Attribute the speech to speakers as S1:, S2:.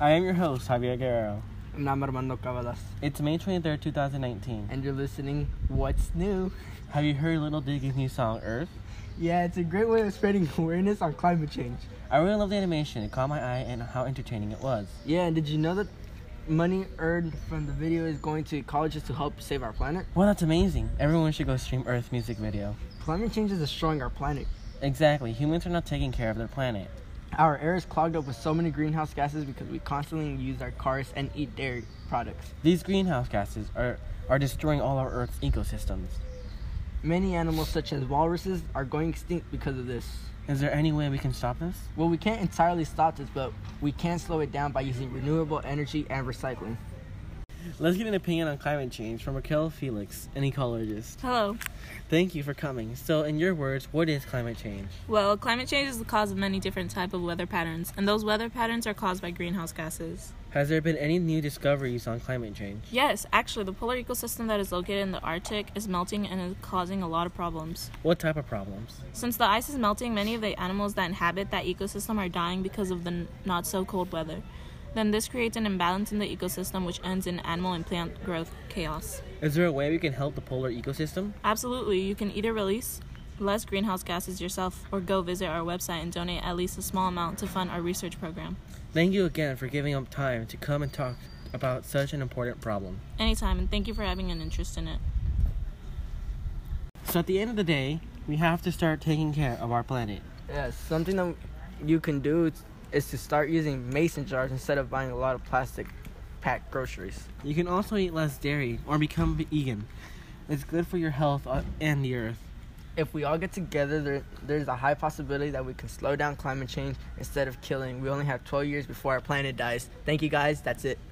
S1: I am your host, Javier Guerrero.
S2: And I'm Armando Cavadas,
S1: It's May 23rd, 2019.
S2: and you're listening. What's new?
S1: Have you heard Little Diggy's new song, Earth?
S2: Yeah, it's a great way of spreading awareness on climate change.
S1: I really love the animation. It caught my eye and how entertaining it was.
S2: Yeah, and did you know that money earned from the video is going to colleges to help save our planet?
S1: Well, that's amazing. Everyone should go stream Earth music video.
S2: Climate change is destroying our planet.
S1: Exactly. Humans are not taking care of their planet.
S2: Our air is clogged up with so many greenhouse gases because we constantly use our cars and eat dairy products.
S1: These greenhouse gases are, are destroying all our Earth's ecosystems.
S2: Many animals, such as walruses, are going extinct because of this.
S1: Is there any way we can stop this?
S2: Well, we can't entirely stop this, but we can slow it down by using renewable energy and recycling.
S1: Let's get an opinion on climate change from Raquel Felix, an ecologist.
S3: Hello.
S1: Thank you for coming. So, in your words, what is climate change?
S3: Well, climate change is the cause of many different type of weather patterns, and those weather patterns are caused by greenhouse gases.
S1: Has there been any new discoveries on climate change?
S3: Yes, actually, the polar ecosystem that is located in the Arctic is melting and is causing a lot of problems.
S1: What type of problems?
S3: Since the ice is melting, many of the animals that inhabit that ecosystem are dying because of the n- not so cold weather. Then this creates an imbalance in the ecosystem which ends in animal and plant growth chaos.
S1: Is there a way we can help the polar ecosystem?
S3: Absolutely, you can either release less greenhouse gases yourself or go visit our website and donate at least a small amount to fund our research program.
S1: Thank you again for giving up time to come and talk about such an important problem.
S3: Anytime, and thank you for having an interest in it.
S1: So, at the end of the day, we have to start taking care of our planet.
S2: Yeah, something that you can do is to start using mason jars instead of buying a lot of plastic packed groceries.
S1: You can also eat less dairy or become vegan. It's good for your health uh, and the earth.
S2: If we all get together, there, there's a high possibility that we can slow down climate change instead of killing. We only have 12 years before our planet dies. Thank you guys. That's it.